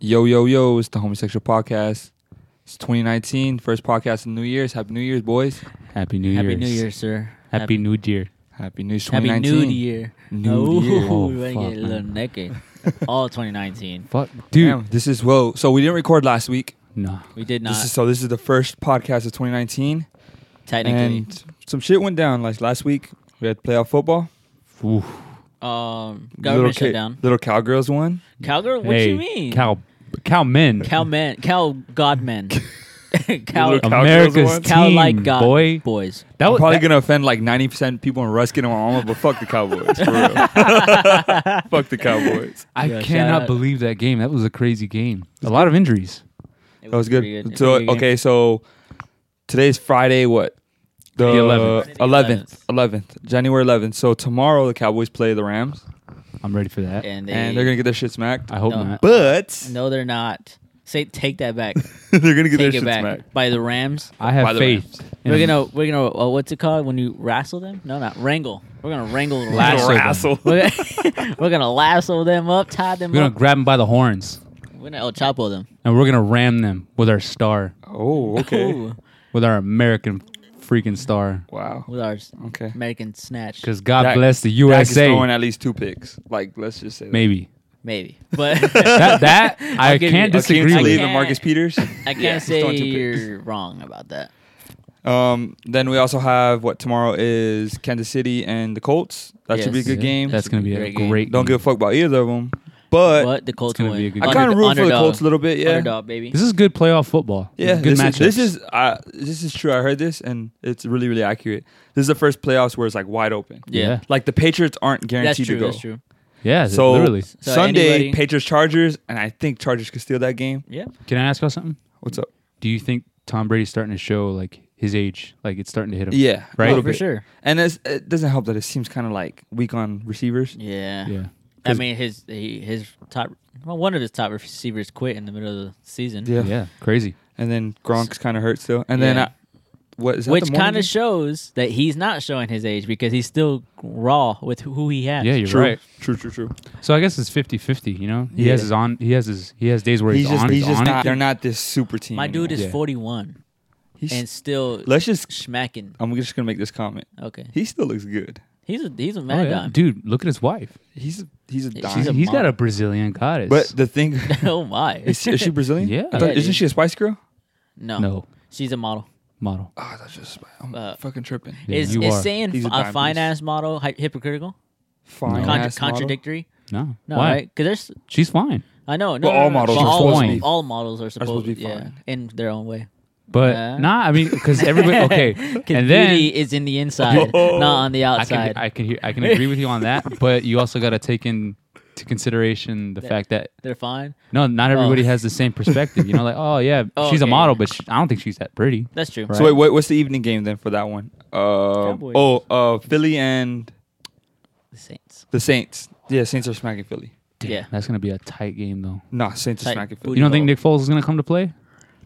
Yo, yo, yo, it's the Homosexual Podcast. It's 2019, first podcast in New Year's. Happy New Year's, boys. Happy New Year's. Happy New Year, sir. Happy New Year. Happy New Year's Happy 2019. New Year. New Ooh, Year. Oh, we might fuck, get a little man. naked. All 2019. Fuck, Damn, dude. this is whoa. So we didn't record last week. No. We did not This is so this is the first podcast of 2019. technically. And some shit went down. Like last week, we had playoff football. Oof. um, little government ca- shutdown. Little cowgirls won. Calgary, what hey, you mean? Cal, Cal men. Cal man, Cal God man. Cal, Little America's Cowgirls team, Cal like God boy. boys. That I'm was probably Oh, that- gonna offend like 90% of people in Ruskin and Wyoming, but fuck the Cowboys. For real. fuck the Cowboys. I Yeah, shout cannot out. believe that game. That was a crazy game. A lot of injuries. It That was good. pretty So Pretty good game. okay, so today's Friday. What? The 11th. eleventh, eleventh, January eleventh. So tomorrow the Cowboys play the Rams, I'm ready for that. And, they, and they're gonna get their shit smacked. I hope No. not. But No, they're not. Say, take that back. they're gonna get their take it shit back smacked. by the Rams. I By have the faith. in We're them. gonna, we're gonna. Uh, what's it called when you wrestle them? No, not wrangle. We're gonna wrangle the Lasso Rams. them. Rassle. We're gonna, we're gonna lasso them up, tie them We're gonna up. grab them by the horns We're gonna El Chapo them. and we're gonna ram them with our star, Oh, okay. Ooh, with our American freaking star. Wow. with our s- Okay. American snatch, Because God Dak- bless the Dak is USA. throwing at least two picks. Like, let's just say that. maybe maybe. But that that I give you- can't I'll Akeem disagree you- Talib with. and Marcus Peters. I can't Yeah, he's say throwing two picks. you're wrong about that. Um, then we also have what tomorrow is Kansas City and the Colts. That should be a Yes. good game. That's gonna be a Great game. great. Don't game. give a fuck about either of them. But But the Colts gonna win. be a good I game. kind of Underd- root for the underdog. Colts a little bit. Yeah. Underdog, baby. This is good playoff football. Yeah, good this is, matchup. this is uh, this is true. I heard this and it's really really accurate. This is the first playoffs where it's like wide open. yeah, yeah. Like the Patriots aren't That's guaranteed true. to go. That's true. yeah. So- literally, So Sunday, anybody- Patriots Chargers, and I think Chargers could steal that game. Yeah. can I ask y'all something? What's up? Do you think Tom Brady's starting to show like his age? Like it's starting to hit him. Yeah, a Right? little Oh, for bit. sure. And it's, it doesn't help that it seems kind of like weak on receivers. Yeah. yeah. I mean, his he, his top well, one of his top receivers quit in the middle of the season. Yeah. Yeah, crazy. And then Gronk's kind of hurt still. And then Yeah. I, what is that Which the morning kind game? of shows that he's not showing his age because he's still raw with who he has. Yeah, you're true. right. True, true, true. So I guess it's 50-50, You know, he Yeah. has his on. He has his. He has days where he's, He's just, on. he's just on it. not, they're not this super team. My dude anymore. is Yeah. 41 He's- and still let's just. smacking. I'm just gonna make this comment. Okay, He still looks good. he's a he's a Oh, mad yeah. dime. Dude, look at his wife. He's he's a She's dime. He's, a he's got a model. Brazilian goddess. But the thing oh my, is, she- is she Brazilian? Yeah. I Yeah, thought, isn't dude. she a Spice Girl? no, no she's a model. model. Oh, that's just I'm Uh, fucking tripping. Yeah, is you is are. saying He's a f- dime a, piece. fine ass model hy- hypocritical, Fine. Contra- ass model. contradictory? No. No, Why? right? Because there's She's fine. I know, no, Well, all no, no, no, models but are all, supposed to be- all models are supposed, supposed to be yeah, fine. in their own way. But Uh. nah. I mean, because everybody. Okay. 'Cause and then beauty is in the inside, not on the I outside. can I can hear, I can agree with you on that, but you also got to take into consideration the fact that They're fine. no, not everybody has the same perspective. You know, like oh yeah, Oh, she's a okay, model, yeah. but she, I don't think she's that pretty. That's true. Right. So wait, what, what's the evening game then for that one? Uh, Cowboys. oh, uh, Philly and The Saints. the Saints. Yeah, Saints are smacking Philly. Yeah. That's gonna be a tight game though. Nah, Saints are Tight smacking Philly. booty. You don't know. think Nick Foles is gonna come to play?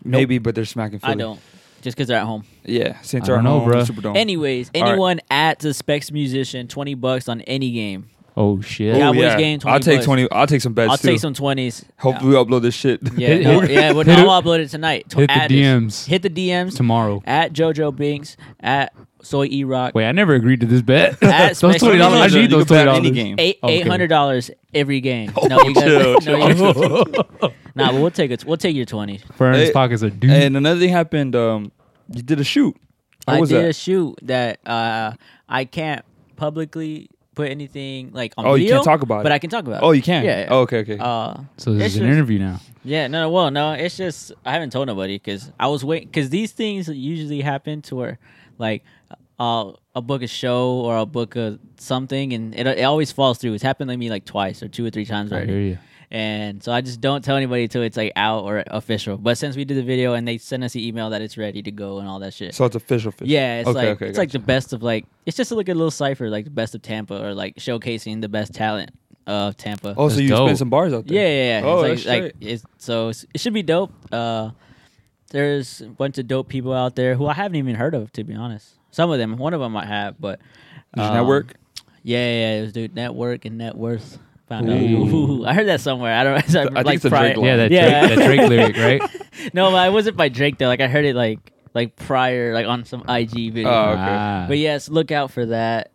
Maybe, but they're smacking Philly. I don't. Just because they're at home. Yeah, Saints I are don't know, home. bruh. Superdome. Anyways, right. anyone at the Specs Musician, 20 bucks on any game. Oh shit! Oh, Cowboys game, I'll 20 take bucks. twenty. I'll take some bets I'll too. take some 20s. Hopefully, we upload this shit. Yeah, Hit- no, hit- yeah, but hit I'll it- upload it tonight. Tw- hit the at us. DMs. Hit the DMs. Tomorrow. At JoJo Binks, at Soy E Rock. Wait, I never agreed to this bet. those special twenty dollars. I teams, need you those can bet twenty on dollars. any game. Eight Okay. eight hundred dollars every game. no, you guys, no, you guys, nah, but we'll take it. We'll take your twenty. For his Hey, pockets are due. And another thing happened. Um, you did a shoot. How I was did that? a shoot that uh, I can't publicly put anything like on Oh, you video. can't talk about but it. I can talk about. oh, it. you can. Yeah. yeah. Oh, okay, okay. Uh, so this it's is an just- interview now. yeah, no, well, no, it's just I haven't told nobody because I was waiting because these things usually happen to where like I'll, I'll book a show or I'll book a something and it, it always falls through. It's happened to me like twice or two or three times I already. hear you. And so I just don't tell anybody till it's like out or official. But since we did the video and they sent us an email that it's ready to go and all that shit. so it's official. official. yeah, it's okay, like okay, it's like gotcha. the best of like it's just like a little cipher, like the best of Tampa or like showcasing the best talent of Tampa. Oh, so That's you dope. spent some bars out there. yeah, yeah, yeah. Oh, it's that's like, straight. like it's, so it's, it should be dope. Uh, there's a bunch of dope people out there who I haven't even heard of to be honest. Some of them, one of them I have, but Did you um, network? Yeah, yeah, it was dude network and net worth. found out. Ooh. I heard that somewhere. I don't. I, I think like it's a prior- Drake line. Yeah, that, Yeah. Drake, that Drake lyric, right? No, but I wasn't by Drake though. Like I heard it like like prior, like on some IG video. Oh, okay. Ah. But yes, look out for that.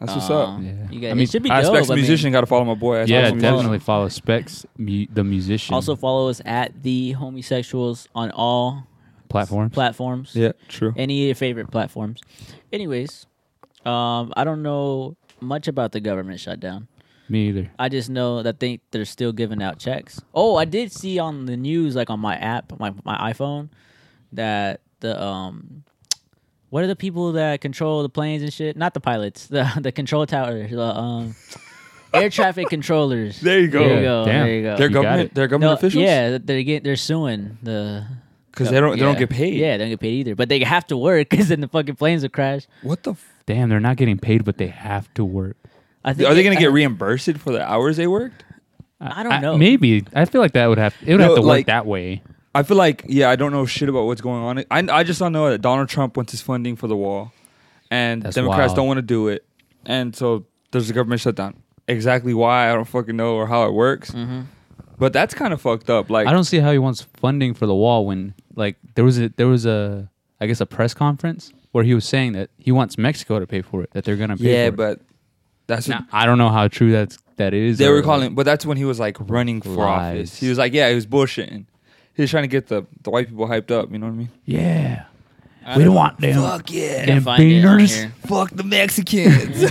That's what's Um, up. Yeah. You guys, I mean, it should be I dope. expect I mean, musician. Got to follow my boy. Aspects yeah, Musician. definitely follow Specs, mu- the musician. Also follow us at the homosexuals on all platforms. platforms. Yeah, true. Any of your favorite platforms. Anyways, um, I don't know much about the government shutdown. Me either. I just know that they they're still giving out checks. Oh, I did see on the news, like on my app, my my iPhone, that the um, what are the people that control the planes and shit? Not the pilots, the the control tower, the um, air traffic controllers. There you go. There you Yeah, go. damn. There you go. They're You got government. it. They're government uh, No, officials. Yeah, they're get, they're suing the because they don't. They don't get paid. Yeah, they don't get paid either, but they have to work because then the fucking planes will crash. What the? F- Damn, they're not getting paid, but they have to work. I are they going to get reimbursed for the hours they worked? I don't know. maybe I feel like that would have it would No, have to work like- that way. I feel like yeah, I don't know shit about what's going on. I I just don't know that Donald Trump wants his funding for the wall, and That's Democrats wild. don't want to do it, and so there's a government shutdown. Exactly why I don't fucking know or how it works, but that's kind of fucked up. Like Mm-hmm. I don't see how he wants funding for the wall when like there was a there was a I guess a press conference where he was saying that he wants Mexico to pay for it that they're gonna pay yeah, for it. but that's Now, what I don't know how true that's that is. they or, were like, calling. But that's when he was like running for Lies. office. He was like, yeah, he was bullshitting. He was trying to get the the white people hyped up. You know what I mean? Yeah, we don't want them. yeah. them find it on beaners. here. Fuck the Mexicans.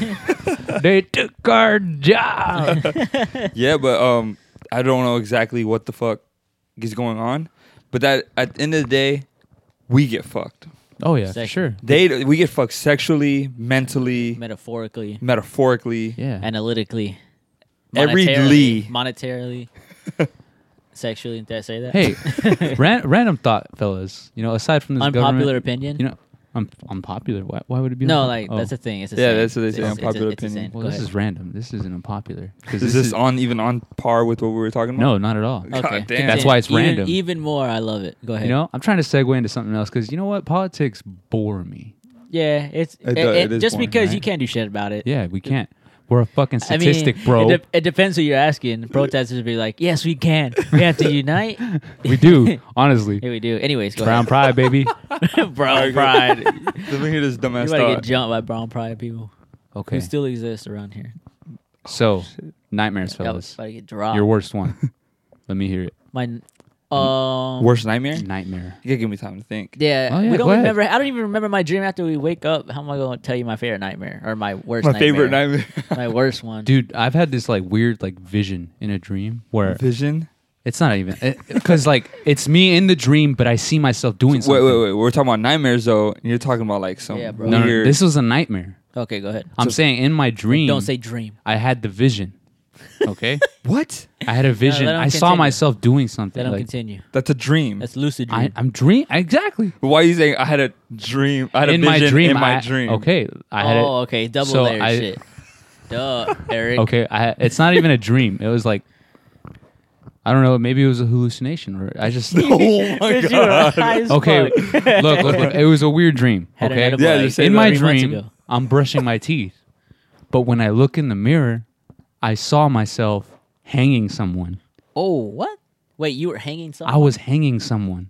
They took our job. yeah, but um, I don't know exactly what the fuck is going on, but that at the end of the day, we get fucked. oh yeah, Second. for sure. They we get fucked sexually, mentally, metaphorically, metaphorically. Yeah, analytically, Every monetarily- Lee. monetarily, sexually. Did I say that? Hey, ran, random thought, fellas. You know, aside from this unpopular government- opinion. you know, I'm unpopular. Why, why would it be? no, unpopu- like Oh. that's a thing. It's a Yeah, saying. that's what they say, It's- it's- unpopular it's a opinion. saying. Well, Go this ahead. is random. This isn't unpopular. Because Is this on even on par with what we were talking about? No, not at all. God Okay. damn. That's why it's Even- random. Even more, I love it. Go ahead. You know, I'm trying to segue into something else because you know what? Politics bore me. yeah, it's It it, does- it- it is just boring, because you right? can't do shit about it. Yeah, we can't. We're a fucking I mean, statistic, bro. It, de- it depends who you're asking. Protesters would be like, "Yes, we can. We have to unite." we do, honestly. Here we do. Anyways, go Brown pride, baby. ahead. All brown right, pride. good. Let me hear this You dumbass about to get thought. jumped by brown pride people Okay. who still exist around here. so, nightmares, Yeah, fellas. about to get dropped. Your worst one. Let me hear it. My Mm. um, Worst nightmare? You Nightmare. gotta give me time to think. Yeah, Oh, yeah, we go don't ahead. remember. I don't even remember my dream after we wake up. How am I going to tell you my favorite nightmare or my worst? My favorite nightmare. My worst one. Dude, I've had this like weird like vision in a dream where Vision. it's not even because like it's me in the dream, but I see myself doing Wait, something. wait, wait. We're talking about nightmares though, and you're talking about like some Yeah, bro. weird. No, no, no, this was a nightmare. Okay, go ahead. I'm saying in my dream. Don't say dream. I had the vision. Okay, what? I had a vision. let him I saw continue. myself doing something. Let him like, mm. continue. That's a dream. That's lucid dream. I, I'm dream exactly But Why are you saying I had a dream? I had in a vision my dream. in my I- dream. Okay, I had it. oh, okay. Double so layer I- shit. Duh, Eric. Okay, I, it's not even a dream. It was like I don't know. Maybe it was a hallucination, or I just oh my Dude, you god. are high as okay. fuck. look, look, look, it was a weird dream. Had an Okay, edible Yeah, like just say in that. my three months dream, ago. I'm brushing my teeth, but when I look in the mirror, I saw myself hanging someone. Oh, what? Wait, you were hanging I something. was hanging someone.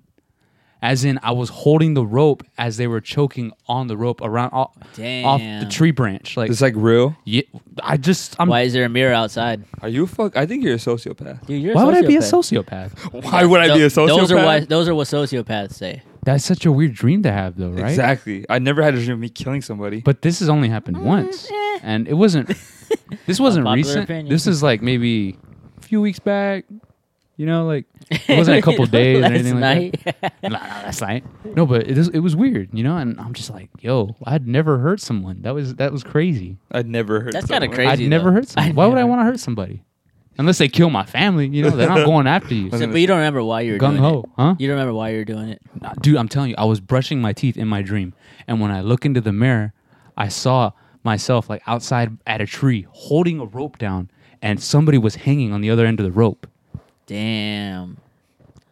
As in, I was holding the rope as they were choking on the rope around off, off the Damn. tree branch. Like, It's like real. yeah, I just, I'm. Why Why, is there a mirror outside? Are you a fuck? I think you're a sociopath. Dude, you're would I be a sociopath. sociopath? Why would I be a Tho- sociopath? Those are what those are what sociopaths say. That's such a weird dream to have, though, right? Exactly. I never had a dream of me killing somebody. But this has only happened once, eh. and it wasn't. This wasn't Unpopular recent. opinion. This is like maybe a few weeks back. You know, like it wasn't a couple days or Last anything night. like that. no, no, that's right. No, but it, is, it was weird, you know. And I'm just like, yo, I'd never hurt someone. That was that was crazy. I'd never heard. That's someone. kinda crazy. I'd never though. hurt someone. I'd Why would I never- want to hurt somebody? Unless they kill my family, you know, they're not going after you. So- but you don't remember why you were Gung doing ho, it. huh? You don't remember why you were doing it. Nah, Dude, I'm telling you, I was brushing my teeth in my dream, and when I look into the mirror, I saw myself like outside at a tree holding a rope down, and somebody was hanging on the other end of the rope. Damn.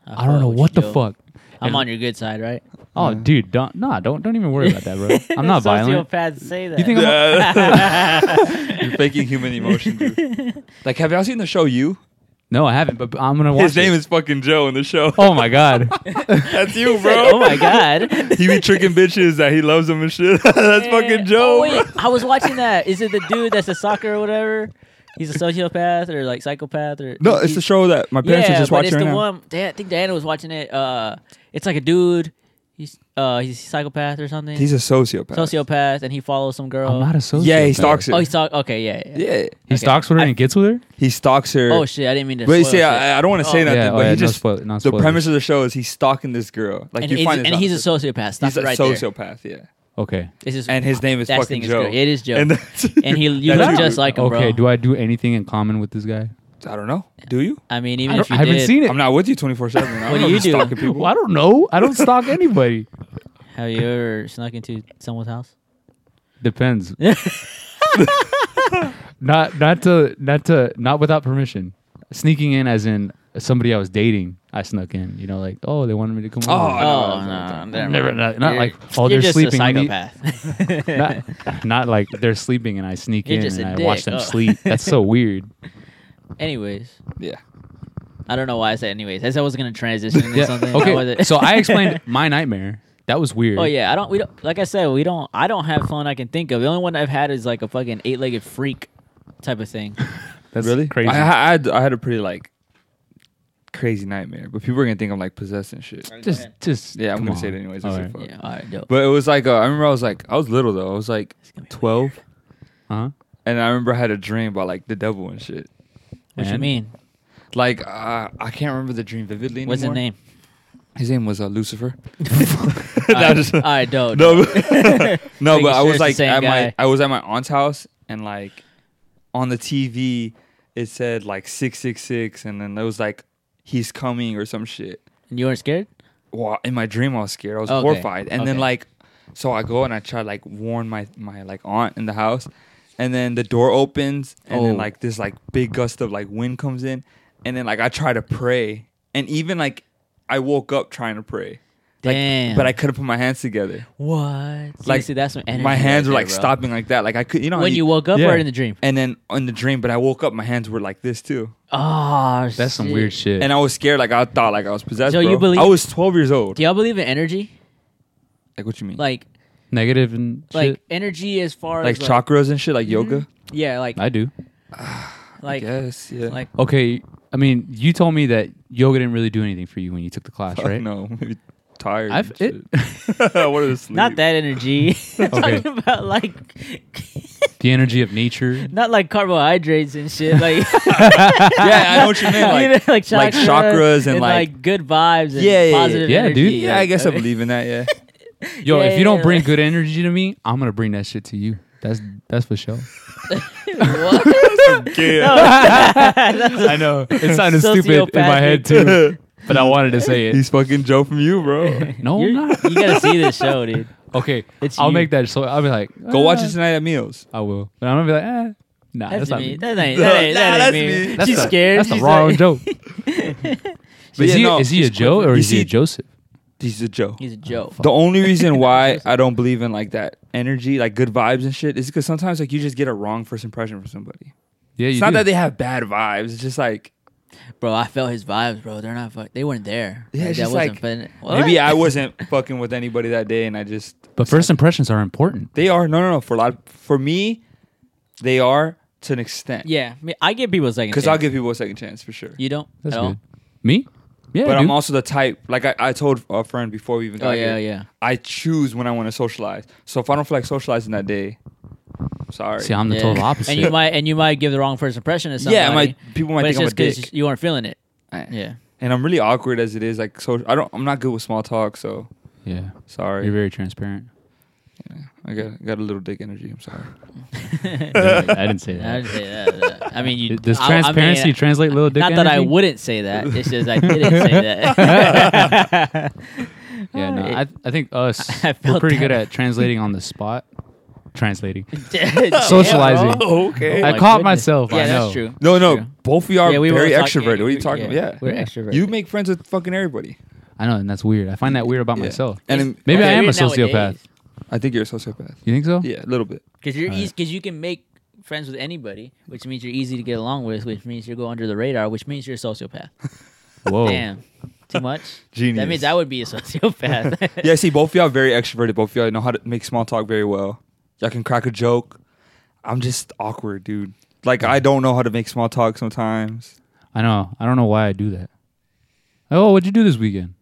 I don't know fuck with what you, the Oh, yo. fuck. I'm on your good side, right? Oh, dude, don't nah, don't don't even worry about that, bro. I'm not violent. Sociopaths say that. You think I'm a- You're faking human emotion, dude. Like, have y'all seen the show You? no, I haven't, but I'm gonna watch. His name it. is fucking Joe in the show. Oh my god. That's you, bro. oh my god. He be tricking bitches that he loves them and shit. That's fucking Joe. Oh, wait, I was watching that. Is it the dude that's a soccer or whatever? He's a sociopath or like psychopath or No, it's the show that my parents yeah, are just but watching it's right the now. one. Dan, I think Diana was watching it. Uh, it's like a dude. He's uh he's a psychopath or something. He's a sociopath. sociopath and he follows some girl. I'm not a sociopath. Yeah, he stalks her. oh, he's talk. Oh. Okay, yeah. yeah. yeah, He stalks with her and gets with her. he stalks her. Oh shit, I didn't mean to. But you spoil see, shit. I, I don't want to say Oh. nothing. Yeah, oh, but yeah, he no just spoil- no the spoilers. premise of the show is he's stalking this girl. Like and, you he's, find this and out. he's a sociopath. Stop He's it a right there. sociopath. Yeah, Okay. It's just- and his name is that fucking thing Joe. good. It is Joe. And, And, that's, he you that's look you. just like him, okay, bro. do I do anything in common with this guy? I don't know. Do you? I, mean, even I, if don't- you I haven't did, seen it. I'm not with you 24 seven. What do you do? Stalking people. Well, I don't know. I don't stalk anybody. have you ever snuck into someone's house? Depends. not not to not to not without permission. Sneaking in as in somebody I was dating, I snuck in. You know, like oh they wanted me to come Oh, over. no, oh no, Never, not, not You're- like oh You're they're just sleeping. a I need- psychopath. not, not like they're sleeping and I sneak You're in just and I a watch dick. them Oh. sleep. That's so weird. Anyways, Yeah. I don't know why I said anyways. As I was gonna transition into Yeah. something. I Okay. wasn't- so I explained my nightmare. That was weird. Oh yeah, I don't. We don't. Like I said, we don't. I don't have fun I can think of. The only one I've had is like a fucking eight-legged freak type of thing. That's really crazy. I, I, I had, I had a pretty like crazy nightmare, but people are gonna think I'm like possessed and shit. just just Yeah, I'm come gonna on. say it anyways. All It's a right. fuck. yeah, all right, dope. But it was like uh, I remember I was like I was little though. I was like 12, Huh? and I remember I had a dream about like the devil and shit. what you And- mean? Like uh, I can't remember the dream vividly. What's his anymore. name? His name was uh, Lucifer. All That right, was- all right, dope. no, no, Making but I sure it's was the like same at my guy. I was at my aunt's house and like on the TV it said like six six six and then it was like he's coming or some shit. And you weren't scared? Well, in my dream I was scared. I was Okay, horrified. And then okay. like so I go and I try to like warn my my like aunt in the house and then the door opens and Oh. then like this like big gust of like wind comes in and then like I try to pray and even like I woke up trying to pray. Like, Damn. but I couldn't put my hands together What? See, Like, see, that's some energy my hands right were there, like bro. stopping like that. Like I could, you know, how when you woke up Yeah. or in the dream. and then in the dream, but I woke up, my hands were like this too, Oh, That's some weird shit. and I was scared. Like I thought, like I was possessed. So bro. you believe- I was twelve years old. Do y'all believe in energy? Like what you mean? Like, Negative and shit. like energy as far like as chakras and shit, like yoga. Yeah, like I do. Mm-hmm. like Yes, yeah. like Okay, I mean, you told me that yoga didn't really do anything for you when you took the class, Fuck right? No, maybe tired. I've- I've it- it. I wanted to sleep. not that energy. Talking about like The energy of nature. not like carbohydrates and shit. Like Yeah, I know what you mean. Like, you know, like, chakra, like chakras and, like, good vibes and Yeah, yeah, yeah. positive Yeah, dude. energy. yeah, I Like, guess I okay. believe in that. Yeah, Yo, Yeah, if you yeah, don't yeah. bring good energy to me, I'm gonna bring that shit to you. That's that's for sure. I know it sounded stupid in my head too, but I wanted to say it. he's fucking Joe from you, bro. No, I'm You're- not. you gotta see this show, dude. Okay, It's I'll you. make that. So I'll be like, Go watch Uh-huh. ah, it tonight at meals. I will, but I'm gonna be like, eh, nah, that's, That's, not me. me. That ain't, that ain't, Nah, that's that ain't me. me. That's She's the- scared. That's the She's wrong like- joke. But Is yeah, he no, is he a she's Joe or quivering. is You he a see- Joseph? He's a Joe. He's a joke. The only reason why I don't believe in like that energy, like good vibes and shit, is because sometimes like you just get a wrong first impression from somebody. Yeah, you It's not do. that they have bad vibes. It's just like Bro, I felt his vibes, bro. They're not. Fuck, they weren't there. Yeah, it's that just wasn't like, fin- maybe What? I wasn't fucking with anybody that day, and I just But first impressions are important. they are no no no for a lot for me, they are to an extent. Yeah, I, mean, I give people a second. because I'll chance. give people a second chance for sure. you don't. That's at all? good. Me? Yeah, But dude. I'm also the type like I, I told a friend before we even got Oh yeah, here. yeah. I choose when I want to socialize. So if I don't feel like socializing that day, sorry. See, I'm the Yeah. total opposite. And you might and you might give the wrong first impression to somebody. yeah, I might people might but think it's I'm a just dick. because you weren't feeling it. Yeah. and I'm really awkward as it is. Like, so I don't. I'm not good with small talk. So yeah, you're sorry. very transparent. I got got a little dick energy. I'm sorry. I didn't say I, that. didn't say that. I mean, you, Does I- I mean, uh, transparency translate little dick Not that I energy? wouldn't say that. It's just I didn't say that. Yeah, no, I, I think us I we're felt pretty good that. at translating on the spot. Translating. Damn, Socializing. bro. okay. Oh I my caught goodness. myself, Yeah, I know. that's true. no, no. True. Both of you are Yeah, we were very talking- extroverted. yeah, what are you we- talking yeah, about? Yeah. we're Yeah. extroverted. You make friends with fucking everybody. I know, and that's weird. I find that weird about Yeah. myself. And It's- it- Maybe it's I am weird a sociopath. nowadays. I think you're a sociopath. You think so? Yeah, a little bit. Because you're Alright. easy. Because you can make friends with anybody, which means you're easy to get along with, which means you go under the radar, which means you're a sociopath. Whoa. Damn, too much. Genius. That means I would be a sociopath. yeah, see, both of y'all very extroverted. Both of y'all know how to make small talk very well. Y'all can crack a joke. I'm just awkward, dude. Like I don't know how to make small talk sometimes. I know. I don't know why I do that. Oh, what'd you do this weekend?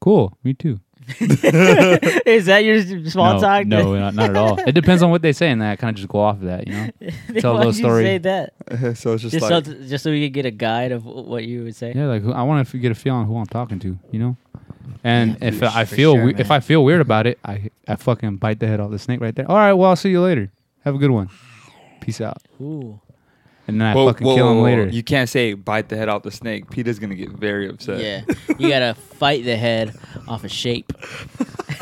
Cool. Me too. Is that your small no, talk? No, not, not at all. It depends on what they say, and then I kind of just go off of that, you know. Tell a Why'd little story. You say that so it's just, just, like so, just so we could get a guide of wh- what you would say. Yeah, like who, I want to get a feel on who I'm talking to, you know. And Yeah, if for I sure, feel we- man. if I feel weird about it, I I fucking bite the head off the snake right there. All right, well I'll see you later. Have a good one. Peace out. Ooh. And then I Whoa, fucking whoa, kill whoa, him whoa. later. You can't say bite the head off the snake. Peter's gonna get very upset. Yeah, you gotta fight the head off a shape.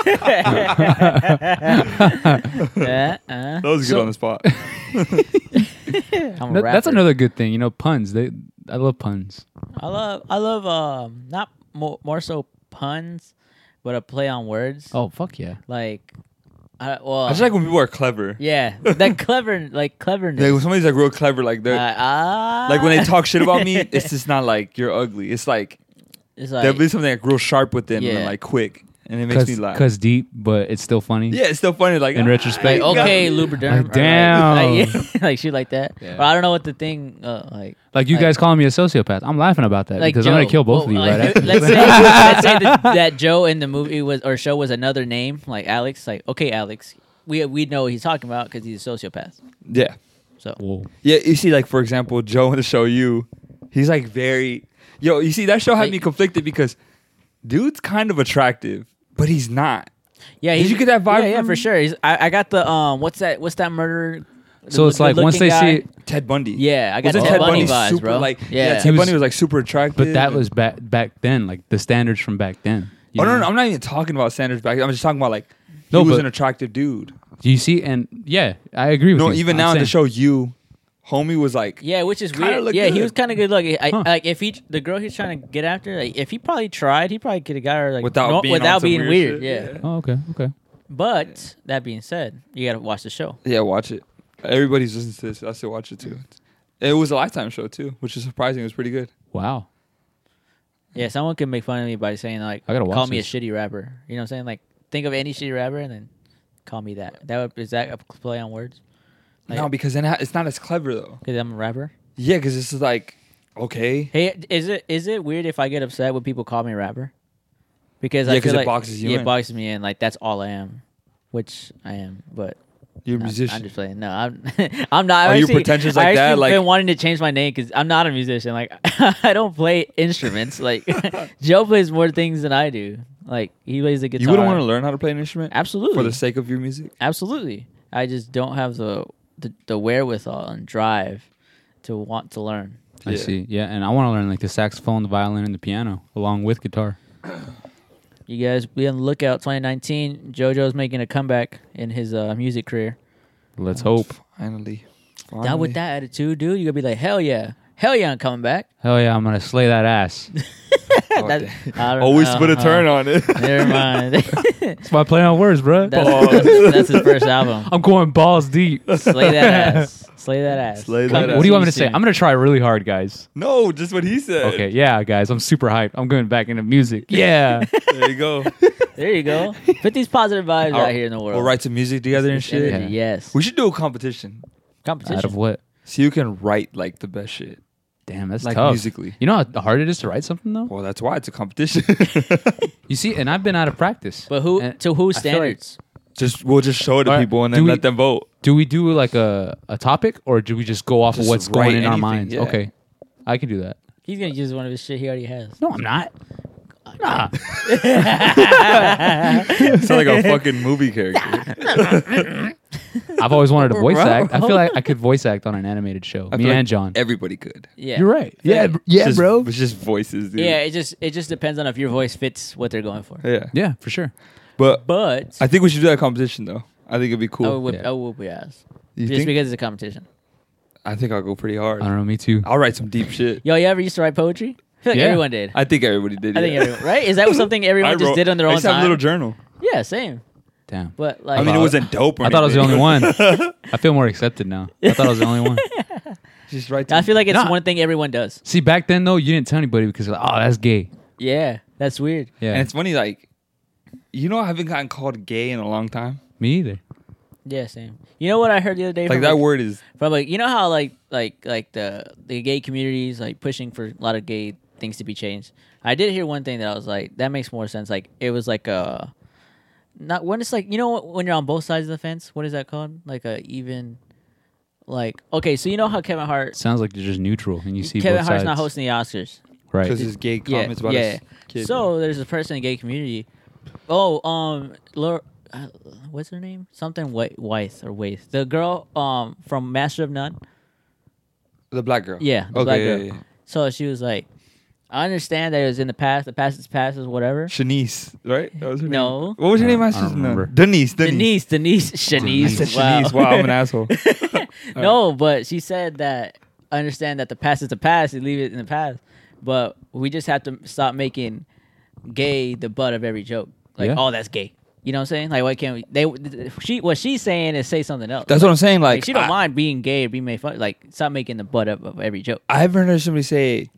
Uh-uh. Yeah, uh, That was good So- on the spot. I'm a No, that's rapper. another good thing, you know. Puns. They I love puns. I love, I love, um, not more, more so puns, but a play on words. Oh fuck yeah. Like, I, well, I just like when people are clever. yeah, that clever, like Like when cleverness. somebody's like real clever, like they're Like, ah, like when they talk shit about me, it's just not like you're ugly. It's like it's there'll like, be something like real sharp with them and Yeah. then, like quick, and it makes Cause, me laugh. 'cause deep, but it's still funny. Yeah, it's still funny. Like In ah, retrospect. you got okay, me. lubriderm. or like- damn. like, yeah, like shit like that. Yeah. Or I don't know what the thing, uh, like, Like you Like- guys calling me a sociopath. I'm laughing about that like Uh, because I'm gonna Joe. kill both Well, of you like, right after. Let's say, let's say that, that Joe in the movie was or show was another name, like Alex. Like okay, Alex, we we know what he's talking about because he's a sociopath. Yeah, So Whoa. yeah. You see, like for example, Joe in the show, you, he's like very, yo. You see, that show had Like- me conflicted because dude's kind of attractive, but he's not. yeah, Did he's- you get that vibe Yeah, yeah from for him? sure. He's, I, I got the um, what's that? What's that murder? the So it's like once they good-looking guy? see, Ted Bundy. Yeah, I got Wasn't Ted Bundy vibes, super, bro. Like, yeah, Yeah. Ted He was- Bundy was like super attractive. but that was back back then, like the standards from back then. you Oh no, know? no, I'm not even talking about Sanders back. I'm just talking about like he No, was but- an attractive dude. Do you see? And yeah, I agree with No, you. even I'm now in the show, saying- you, homie, was like, Yeah, which is Kinda weird. look Yeah, he good. was kind of good looking. I, Huh. Like if he, the girl he's trying to get after, like, if he probably tried, he probably could have got her like Without no- being on without some being weird weird. shit. yeah. Yeah. Oh, okay, okay. But that being said, you gotta watch the show. yeah, watch it. Everybody's listening to this. I still watch it too. It was a lifetime show too, which is surprising. It was pretty good. Wow. Yeah, someone can make fun of me by saying like, I gotta call watch me this. a shitty rapper. You know what I'm saying? Like, think of any shitty rapper and then call me that. That would, is that a play on words? Like, No, because then it's not as clever though. because I'm a rapper. Yeah, because this is like, okay, Hey, is it is it weird if I get upset when people call me a rapper? Because Yeah, I 'cause feel it like boxes you yeah, it in. boxes me in. Like that's all I am, which I am, but. you're a I'm- I'm musician. just playing. No, I'm. I'm not. Are I've you actually- pretentious I like that? actually Like- been wanting to change my name because I'm not a musician. Like, I don't play instruments. Like, Joe plays more things than I do. Like, he plays the guitar. you wouldn't want to learn how to play an instrument Absolutely. for the sake of your music. Absolutely. I just don't have the the, the wherewithal and drive to want to learn. I Yeah. see. Yeah, and I want to learn like the saxophone, the violin, and the piano along with guitar. You guys be on the lookout 2019. JoJo's making a comeback in his uh, music career. Let's hope. Finally, finally. Now with that attitude, dude, you're gonna be like, hell yeah. Hell yeah, I'm coming back. Hell yeah, I'm gonna slay that ass. Oh, That- damn. I don't always know. put a turn on it. Never mind. that's, That's my play on words, bro. that's, that's his first album. I'm going balls deep. Slay that ass. Slay that ass. Slay that Like, ass. what do you want me to See say? soon. I'm gonna try really hard, guys. no, just what he said. Okay, yeah, guys, I'm super hyped. I'm going back into music. Yeah. there you go. There you go. Put these positive vibes Our- out here in the world. We'll write some music together and This energy, shit. Yeah. Yes. We should do a competition. Out of Competition. what? See who can write like the best shit, Damn, that's like tough. musically. You know how hard it is to write something though. Well, that's why it's a competition. You see, and I've been out of practice. But who And to whose I feel like- standards? just we'll just show it to Alright, people and do then we- let them vote. Do we do like a, a topic or do we just go off Just of what's write going in our anything, minds? yeah. Okay. I can do that. He's gonna use one of his shit he already has. No, I'm not. Nah. Sound like a fucking movie character. I've always wanted to voice Bro. act. I feel like I could voice act on an animated show. I Me feel like and John. Everybody could. Yeah. You're right. Yeah, Yeah, br- It's yeah, just, bro. It's just voices, dude. Yeah, it just it just depends on if your voice fits what they're going for. Yeah. Yeah, for sure. But But I think we should do that competition though. I think it'd be cool. I Oh, would Yeah. I would be ass. you just think? because it's a competition. I think I'll go pretty I hard. don't know. Me too. I'll write some deep shit. Yo, you ever used to write poetry? I feel like Yeah. everyone did. I, I think everybody did. think yeah. everyone, right? Is that something everyone I just wrote- did on their I own used to have time? a little journal. yeah, same. Damn. But like, I mean, it thought- wasn't dope. Or I thought I was the only anything. one. I feel more accepted now. I thought I was the only one. Just right. I feel like it's Nah. one thing everyone does. See, back then though, you didn't tell anybody because like, oh, that's gay. Yeah, that's weird. Yeah, And it's funny, like, you know, I haven't gotten called gay in a long time. me either. Yeah, same. You know what I heard the other day? Like from that a- word is from like you know how like like like the the gay communities like pushing for a lot of gay things to be changed. I did hear one thing that I was like that makes more sense. Like it was like a not when it's like you know what, when you're on both sides of the fence. What is that called? Like a even like okay. So you know how Kevin It Hart sounds like you're just neutral and you see Kevin both Hart's sides. not hosting the Oscars. right. because it's gay Yeah, comments about yeah. his kid. So there's a person in the gay community. Oh, um, Laura, uh, what's her name? Something Wa- Wythe or Waith. The girl um from Master of None. the black girl. Yeah, the okay. black yeah, girl. yeah, yeah. So she was like, I understand that it was in the past. The past is past is whatever. Shanice, right? That was her No. Name. What was her No, name? Uh, I I don't just remember. no. Denise. Denise. Denise, Denise, Shanice. I said wow. Shanice. Wow. I'm an asshole. no, but she said that I understand that the past is the past. You leave it in the past. But we just have to stop making gay the butt of every joke. Like, Yeah. oh, that's gay. You know what I'm saying? Like, why can't we? They she what she's saying is say something else. That's what I'm saying. like, Like, she don't I, mind being gay or being made fun. Like, stop making the butt of, of every joke. I haven't heard somebody say,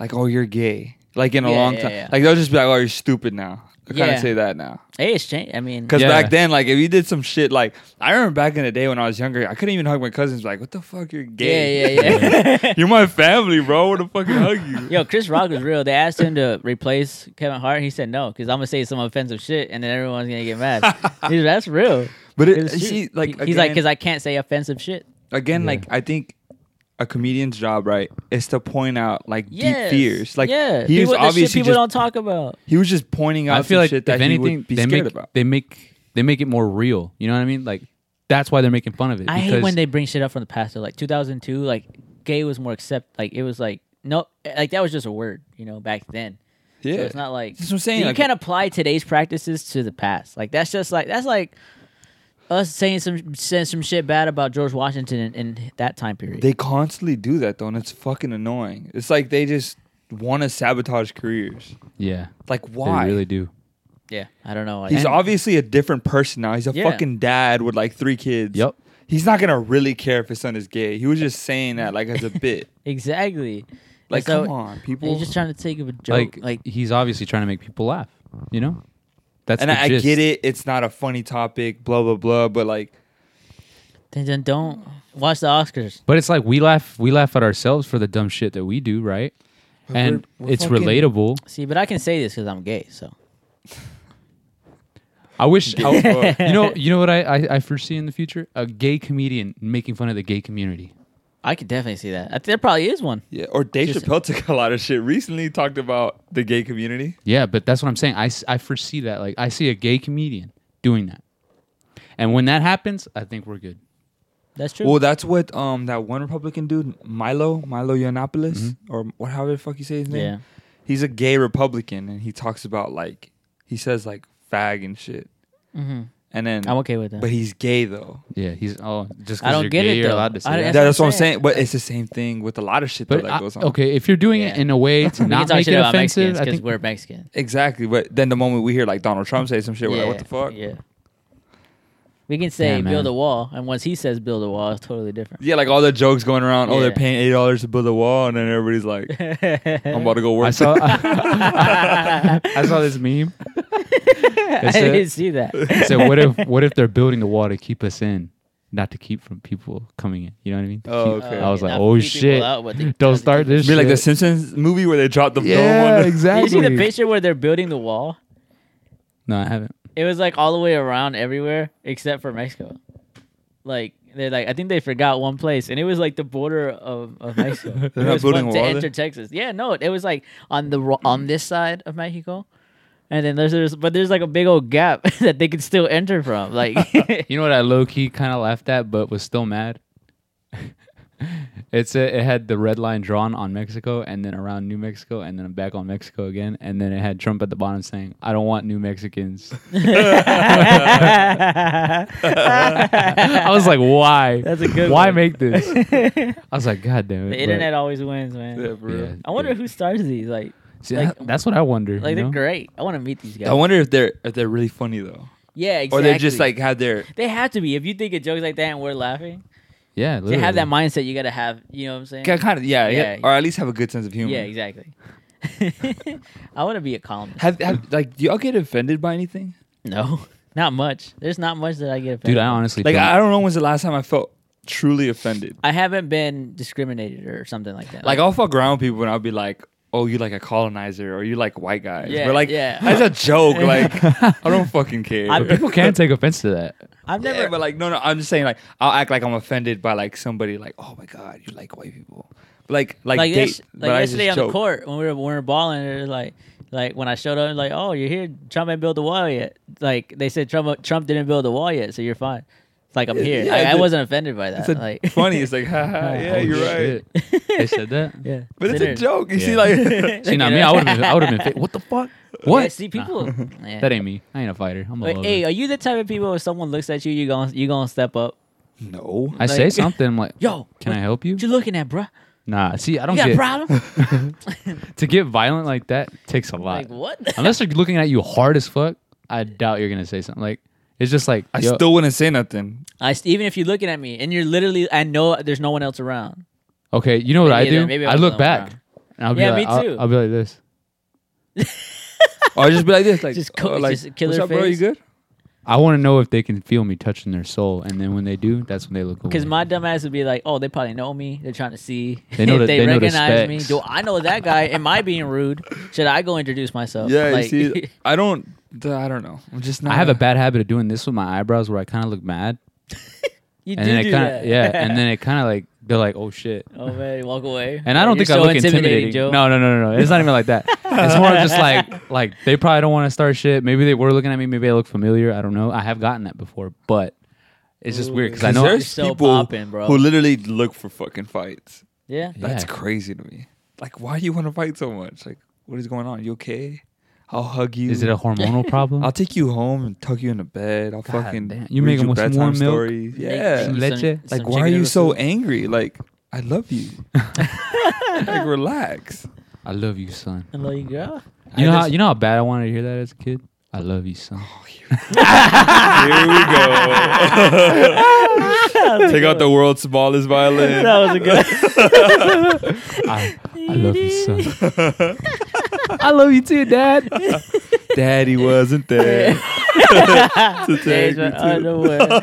like, "Oh, you're gay," like in a Yeah, long yeah, time. yeah. Like they'll just be like, "Oh, you're stupid now." I kind Yeah. of say that now. Hey, it's changed. I mean, Because Yeah. back then, like, if you did some shit, like, I remember back in the day when I was younger, I couldn't even hug my cousins. Like, what the fuck, you're yeah, gay? yeah, yeah. You're my family, bro. I want to fucking hug you. Yo, Chris Rock was real. They asked him to replace Kevin Hart. He said no because I'm gonna say some offensive shit, and then everyone's gonna get mad. He's, That's real. But it, was true. see, like, He- he's like, again- because I can't say offensive shit. again, like I think a comedian's job, right, is to point out like deep Yes. fears. Like yeah, he people, was the shit obviously people just, don't talk about. he was just pointing out I feel some like shit if that he anything, would be they scared make about. they make they make it more real. You know what I mean? Like that's why they're making fun of it. I hate because- when they bring shit up from the past. though. Like 2002, like gay was more accept. Like it was like no, like that was just a word, you know, back then. yeah, So it's not like That's what I'm saying, You like- can't apply today's practices to the past. Like that's just like that's like us saying some saying some shit bad about George Washington in, in that time period. they constantly do that though, and it's fucking annoying. It's like they just want to sabotage careers. yeah, Like why? they really do. yeah, I don't know. Like, He's and- obviously a different person now. He's a Yeah. fucking dad with like three kids. Yep. He's not gonna really care if his son is gay. He was just saying that like as a bit. exactly. Like, so come on, people. He's just trying to take a Like, joke. Like, he's obviously trying to make people laugh. You know, that's and the I, I gist. get it. It's not a funny topic. Blah blah blah. But like, then, then don't watch the Oscars. But it's like we laugh we laugh at ourselves for the dumb shit that we do, right? and we're- we're it's fucking- relatable. See, but I can say this because I'm gay. So I wish Gay as fuck. you know you know what I, I I foresee in the future a gay comedian making fun of the gay community. I could definitely see that. I think there probably is one. Yeah, or Dave Just- Chappelle took a lot of shit recently. Talked about the gay community. Yeah, but that's what I'm saying. I, s- I foresee that. Like, I see a gay comedian doing that. And when that happens, I think we're good. That's true. Well, that's what um that one Republican dude Milo Milo Yiannopoulos or what however the fuck you say his name. Yeah. he's a gay Republican and he talks about like he says like fag and shit. mm-hmm. And then I'm okay with that. but he's gay though. Yeah, he's, oh, just because I don't you're get gay, it, you're though. allowed to say I- that. That's, That's what what I'm I'm saying. saying. But it's the same thing with a lot of shit But, though, I- that goes on. okay, if you're doing it Yeah. in a way to we can not talk make shit it about offensive, Mexicans I because think we're Mexican. Exactly. But then the moment we hear like Donald Trump say some shit, we're like, what the fuck? Yeah. Yeah. We can say Damn, build man. a wall, and once he says build a wall, it's totally different. like all the jokes going around. Oh, they're Yeah. paying eight dollars to build a wall, and then everybody's like, "I'm about to go work." I saw, I, saw this meme. I It's a- didn't see that. It said, what if, what if they're building the wall to keep us in, not to keep from people coming in? You know what I mean? To Oh, keep- okay. I was Not like, to oh, keep people shit. out, but they- Don't start this Be shit. like the Simpsons movie where they dropped the film Yeah, on the- Did you exactly. see the picture where they're building the wall? No, I haven't. It was like all the way around everywhere except for Mexico. Like they're like, I think they forgot one place, and it was like the border of, of Mexico. It not was building a one to wall enter there? Texas. Yeah, no, it was like on the ro- on this side of Mexico, and then there's, there's but there's like a big old gap that they could still enter from. Like You know what I low key kind of laughed at, but was still mad. It's a, it had the red line drawn on Mexico and then around New Mexico and then back on Mexico again and then it had Trump at the bottom saying, "I don't want new Mexicans." I was like, "Why? That's a good Why one. make this?" I was like, "God damn it!" The internet always wins, man. Yeah, for real. I wonder who starts these. Like, See, like- that- that's what I wonder. like you they're know? great. I want to meet these guys. I wonder if they're if they're really funny though, yeah, exactly. or they just like have their they have to be. If you think of jokes like that and we're laughing, Yeah, to have that literally. mindset, you gotta have. You know what I'm saying? kind of yeah, yeah, Yeah. or at least have a good sense of humor. Yeah, exactly. I want to be a columnist. Have, have like do y'all get offended by anything? No, not much. There's not much that I get offended. dude. I by. honestly Like feel- I don't know when's the last time I felt truly offended. I haven't been discriminated or something like that. Like I'll fuck around with people and I'll be like, "Oh, you like a colonizer, or you like white guys." Yeah, but like yeah. that's a joke. Like I don't fucking care. I'm- people can take offense to that. I've Yeah, never. but like no, no. I'm just saying like I'll act like I'm offended by like somebody like, "Oh my god, you like white people." Like like like, date, yes- but like I just yesterday on joke. the court when we were when we were balling, it was like like when I showed up, like oh you're here, Trump ain't built the wall yet. Like they said Trump Trump didn't build the wall yet, so you're fine. It's like I'm Yeah, here. yeah, Like, I the- wasn't offended by that. It's a, like funny. It's like, ha ha. Yeah, Oh, you're right. shit. They said that. yeah, But it's a Sinner. joke. You see, Yeah. like, See, now me, I would have. I would have been. Fa- what the fuck? What? Yeah, see people. Yeah. That ain't me. I ain't a fighter. I'm a Like, lover. hey, are you the type of people if someone looks at you, you gonna you gonna step up? no. I say like- something. I'm like, Yo, can I help you? What you looking at, bruh? Nah. See, I don't You got get a problem? to get violent like that takes a lot. like what? Unless they're looking at you hard as fuck, I doubt you're gonna say something. Like it's just like I yo- still wouldn't say nothing. I s- even if you're looking at me and you're literally, I know there's no one else around. okay. You know what I Maybe do? they're- maybe I I was look alone back. around. And I'll be Yeah, like, me I'll- too. I'll, be like this. Or I'd just be like this, like, Just co- uh, like just kill what's their up, bro? You face." good? I want to know if they can feel me touching their soul, and then when they do, that's when they look away. Because my dumb ass would be like, oh, they probably know me. They're trying to see. Mm. They know if the- they, they know the recognize me. specs. Do I know that guy? Am I being rude? Should I go introduce myself? Yeah, Like, you see, I don't, I don't know. I'm just not. I have uh, a bad habit of doing this with my eyebrows, where I kind of look mad, you and do then it do kind that. of yeah, and then it kind of like they're like, oh shit. oh man, walk away. And I don't You're think I so look intimidating, intimidating. No, no, no, no, no. It's not even like that. It's more just like like they probably don't want to start shit. Maybe they were looking at me. Maybe I look familiar. I don't know. I have gotten that before, but it's just weird because I Because know. there's so people poppin', bro. who literally look for fucking fights. Yeah. Yeah. That's crazy to me. Like, why do you want to fight so much? Like, what is going on? You okay? I'll hug you. Is it a hormonal problem? I'll take you home and tuck you in the bed. I'll fucking damn. You read make 'em you with some bedtime warm milk? stories. Like, Yeah. some- Leche? some Like, why are chicken you noodle so soup. angry? Like, I love you. like, relax. I love you, son. I love you, girl. You I know, how, just- you know how bad I wanted to hear that as a kid. I love you, son. Here we go. Take out the world's smallest violin. That was a good. I, I love you, son. I love you too, Dad. Daddy wasn't there. to Change take me my to- underwear. Damn, oh,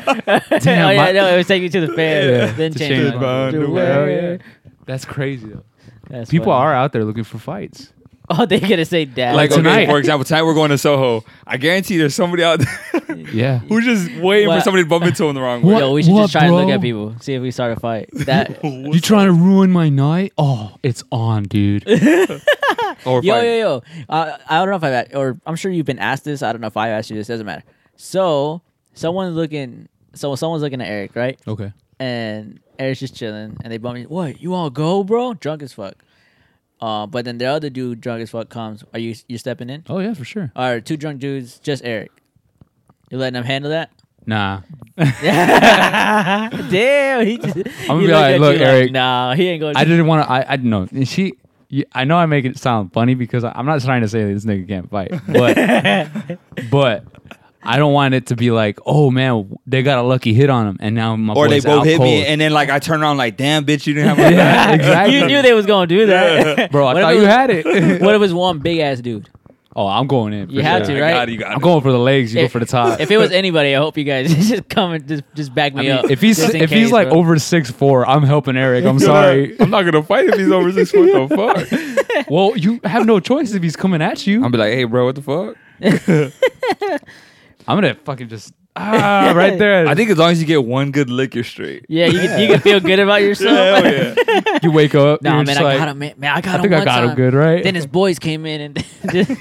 yeah, my- no, it was take you to the fair. Yeah, then to change, change my my underwear. underwear. That's crazy though. That's People funny. are out there looking for fights. Oh, they gonna say dad. Like Like okay, tonight. for example, tonight we're going to Soho. I guarantee there's somebody out there Yeah. who's just waiting for What? somebody to bump into him the wrong What? way. Yo, we should What, just try and look bro? at people, see if we start a fight. That. yo, You trying to ruin my night? Oh, it's on, dude. Or yo, fight. yo. Uh, I don't know if I've a- or I'm sure you've been asked this. I don't know if I asked you this. Doesn't matter. So someone's looking. So someone's looking at Eric, right? Okay. And Eric's just chilling, and they bump me. What? You all go, bro? Drunk as fuck. Uh, but then the other dude, drunk as fuck, comes. Are you you stepping in? Oh yeah, for sure. All right, two drunk dudes, just Eric. You letting him handle that? Nah. Damn, he just. gonna he be looked like, at "Look, you Eric, nah, he ain't going. I didn't want to. I I know she. you- I know I make it sound funny because I, I'm not trying to say this nigga can't fight, but but I don't want it to be like, oh man, they got a lucky hit on him, and now my Or they boy's both out hit cold. me, and then like I turn around like, damn, bitch, you didn't have my back. yeah, exactly, You knew they was gonna do that, bro. I What if thought it you was- had it. What if it's one big ass dude? oh, I'm going in. for You had sure. to, right? God, you got I'm it. going for the legs. You If- go for the top. If it was anybody, I hope you guys just come and just, just back me I mean, up. if he's just in if he's case, like bro. over six four, I'm helping Eric. I'm You're sorry. not- I'm not gonna fight if he's over six foot. The fuck? well, you have no choice if he's coming at you. I'm I'm, be like, hey, bro, what the fuck? gonna fucking just ah, right there. I think as long as you get one good lick, you're straight. Yeah, you, Can, you can feel good about yourself. Yeah, hell yeah. you wake up. No, you're man, just I like, got him, man. Man, I I got him. think I one got him time. good, right? Then his boys came in, and just,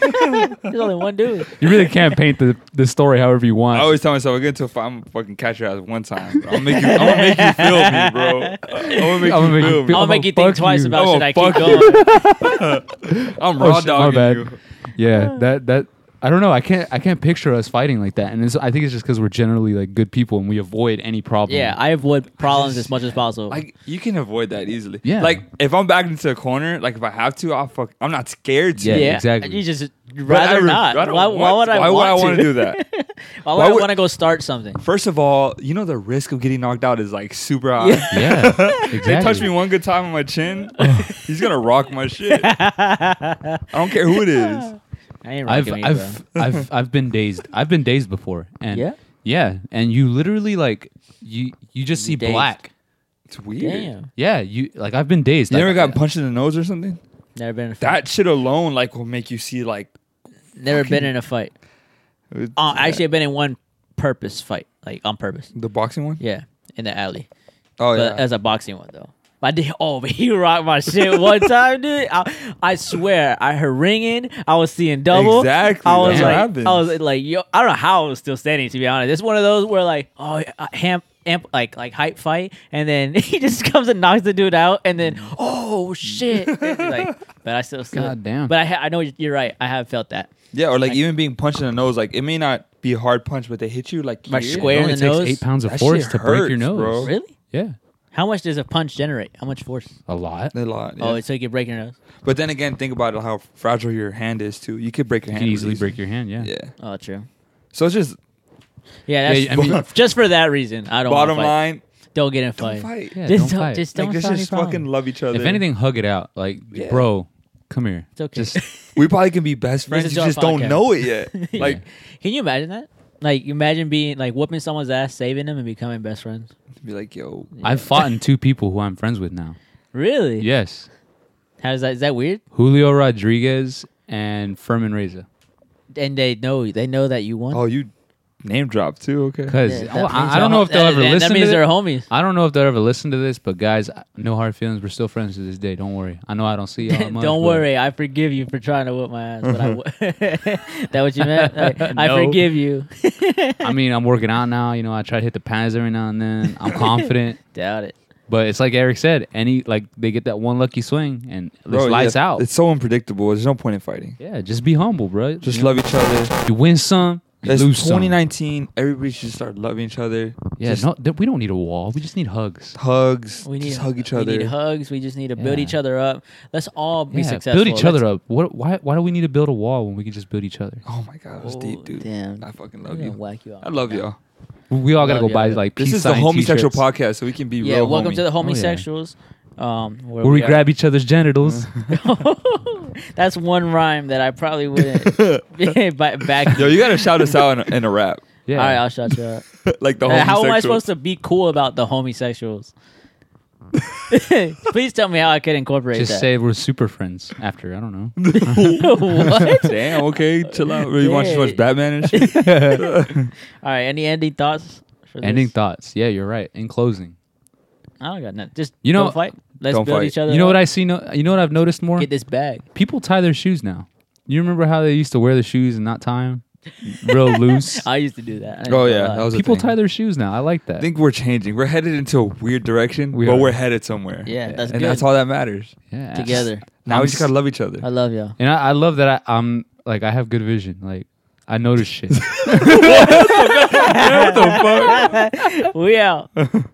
there's only one dude. You really can't paint the, the story however you want. I always tell myself, I get into a fight, I'm gonna fucking catch your ass one time. Bro. I'm, gonna make you, I'm gonna make you feel me, bro. I'm gonna make I'ma you make you feel me. feel- I'll I'ma make you think fuck twice you. about I'ma should I keep fuck going. I'm Oh, raw shit, my dogging bad. you. Yeah, that that I don't know. I can't I can't picture us fighting like that. And it's, I think it's just because we're generally like good people and we avoid any problem. Yeah, I avoid problems as much as possible. Like you can avoid that easily. Yeah. Like if I'm backed into a corner, like if I have to, I'll fuck. I'm not scared to. Yeah, exactly. You just you'd But I rather re- not. I don't Why, why want- would I? Why would I want wanna do that? Why would Why I would- want to go start something? First of all, you know the risk of getting knocked out is like super high. Yeah, exactly. They touch me one good time on my chin, he's gonna rock my shit. I don't care who it is. I ain't I've rocking with you, I've I've I've been dazed. I've been dazed before. And Yeah? yeah, and you literally like you you just see dazed. black. It's bro. weird. Damn, Yeah, you like I've been dazed. You I- never got punched in the nose or something? never been in a fight. That shit alone, like, will make you see like. never been in a fight. it- Uh, actually, I've been in one purpose fight, like on purpose. the boxing one. Yeah, in the alley. Oh but yeah. as a boxing one though. I did. Oh, but he rocked my shit one time, dude. I, I swear, I heard ringing. I was seeing double. Exactly, I was that's what like, happens. I was like, yo, I don't know how I was still standing. To be honest, it's one of those where like, oh, uh, ham, amp, like, like hype fight, and then he just comes and knocks the dude out, and then Mm. oh shit, like, but I still, stood. God damn. But I, ha- I know you're right. I have felt that. Yeah, or like even being punched in the nose, like it may not be a hard punch, but they hit you like Like here. it square in only the takes nose. eight pounds of That force shit to break hurts, your nose. bro. Really? Yeah, How much does a punch generate? How much force? a lot. A lot. yeah. Oh, it's like you're breaking your nose. but then again, think about how fragile your hand is too. You could break your You hand. can easily really break your hand. Yeah. easy. Yeah. Oh, true. So it's just Yeah, that's Yeah, I mean- just for that reason. I don't. wanna bottom fight. line. Don't get in a Don't fight. fight. Yeah, Just don't don't, fight. just don't Like let's start just any fucking problems. love each other. If anything, hug it out. Like, Yeah. bro, come here. It's okay. Just we probably can be best friends. is You our just don't podcast. know it yet. Like Can you imagine that? Like, imagine being like whooping someone's ass, saving them, and becoming best friends. be like, yo, I've fought in two people who I'm friends with now. Really? Yes, How is that? Is that weird? Julio Rodriguez and Furman Reza. And they know they know that you won. oh, you name drop too. Okay. Because Yeah, that means oh, I, I they're don't know hom- if they'll that- ever that, listen. That means to they're thi- homies. I don't know if they'll ever listen to this, but guys, no hard feelings. We're still friends to this day. Don't worry. I know I don't see y'all. Oh, much, don't but- worry, I forgive you for trying to whoop my ass. But I, w- that what you meant? Like, I No. forgive you. I mean, I'm working out now. You know, I try to hit the pads every now and then. I'm confident, Doubt it. but it's like Eric said. Any like they get that one lucky swing and it's Bro, lights yeah, out. It's so unpredictable. There's no point in fighting. yeah, just be humble, bro. Just you know, love each other. You win some, you It's lose some. 2019. Everybody should start loving each other. Yeah, Just no, th- we don't need a wall. We just need hugs. hugs. We need just hug each we other. need hugs. We just need to build Yeah. each other up. Let's all be yeah, successful. build each Let's- other up. What? Why? Why do we need to build a wall when we can just build each other? Oh my god, it was deep, Oh, dude. damn. I fucking I'm love gonna you. whack you out. I love Yeah. y'all. We all gotta Love go y'all. buy like This peace is the sign homosexual t-shirts. podcast, so we can be Yeah, real. welcome homie. Oh, to the yeah. homosexuals. Um, where Where we got- grab each other's genitals. That's one rhyme that I probably wouldn't ba- back. Yo, you gotta shout us out in, in a rap, yeah. All right, I'll shut you up. like the Uh, homosexual. how am I supposed to be cool about the homosexuals? Please tell me how I could incorporate just that. say we're super friends after. I don't know. what? Damn. Okay, chill out. Really want you to Yeah. watch Batman and shit. All right. Any ending thoughts? For Ending This? thoughts. Yeah, you're right. In closing, I don't got nothing. Just You know- don't fight. Let's Don't build fight. each other. you know what I up. see? No, you know what I've noticed more? get this bag. People tie their shoes now. You remember how they used to wear the shoes and not tie them, real loose. I used to do that. I didn't Oh gonna yeah, lie. that was a People thing. tie their shoes now. I like that. I think we're changing. We're headed into a weird direction, We but are. we're headed somewhere. yeah. That's and good. that's all that matters. yeah. together. Now I'm we just s- gotta love each other. I love y'all. And I, I love that I, I'm like I have good vision. Like I notice shit. what the fuck? we out.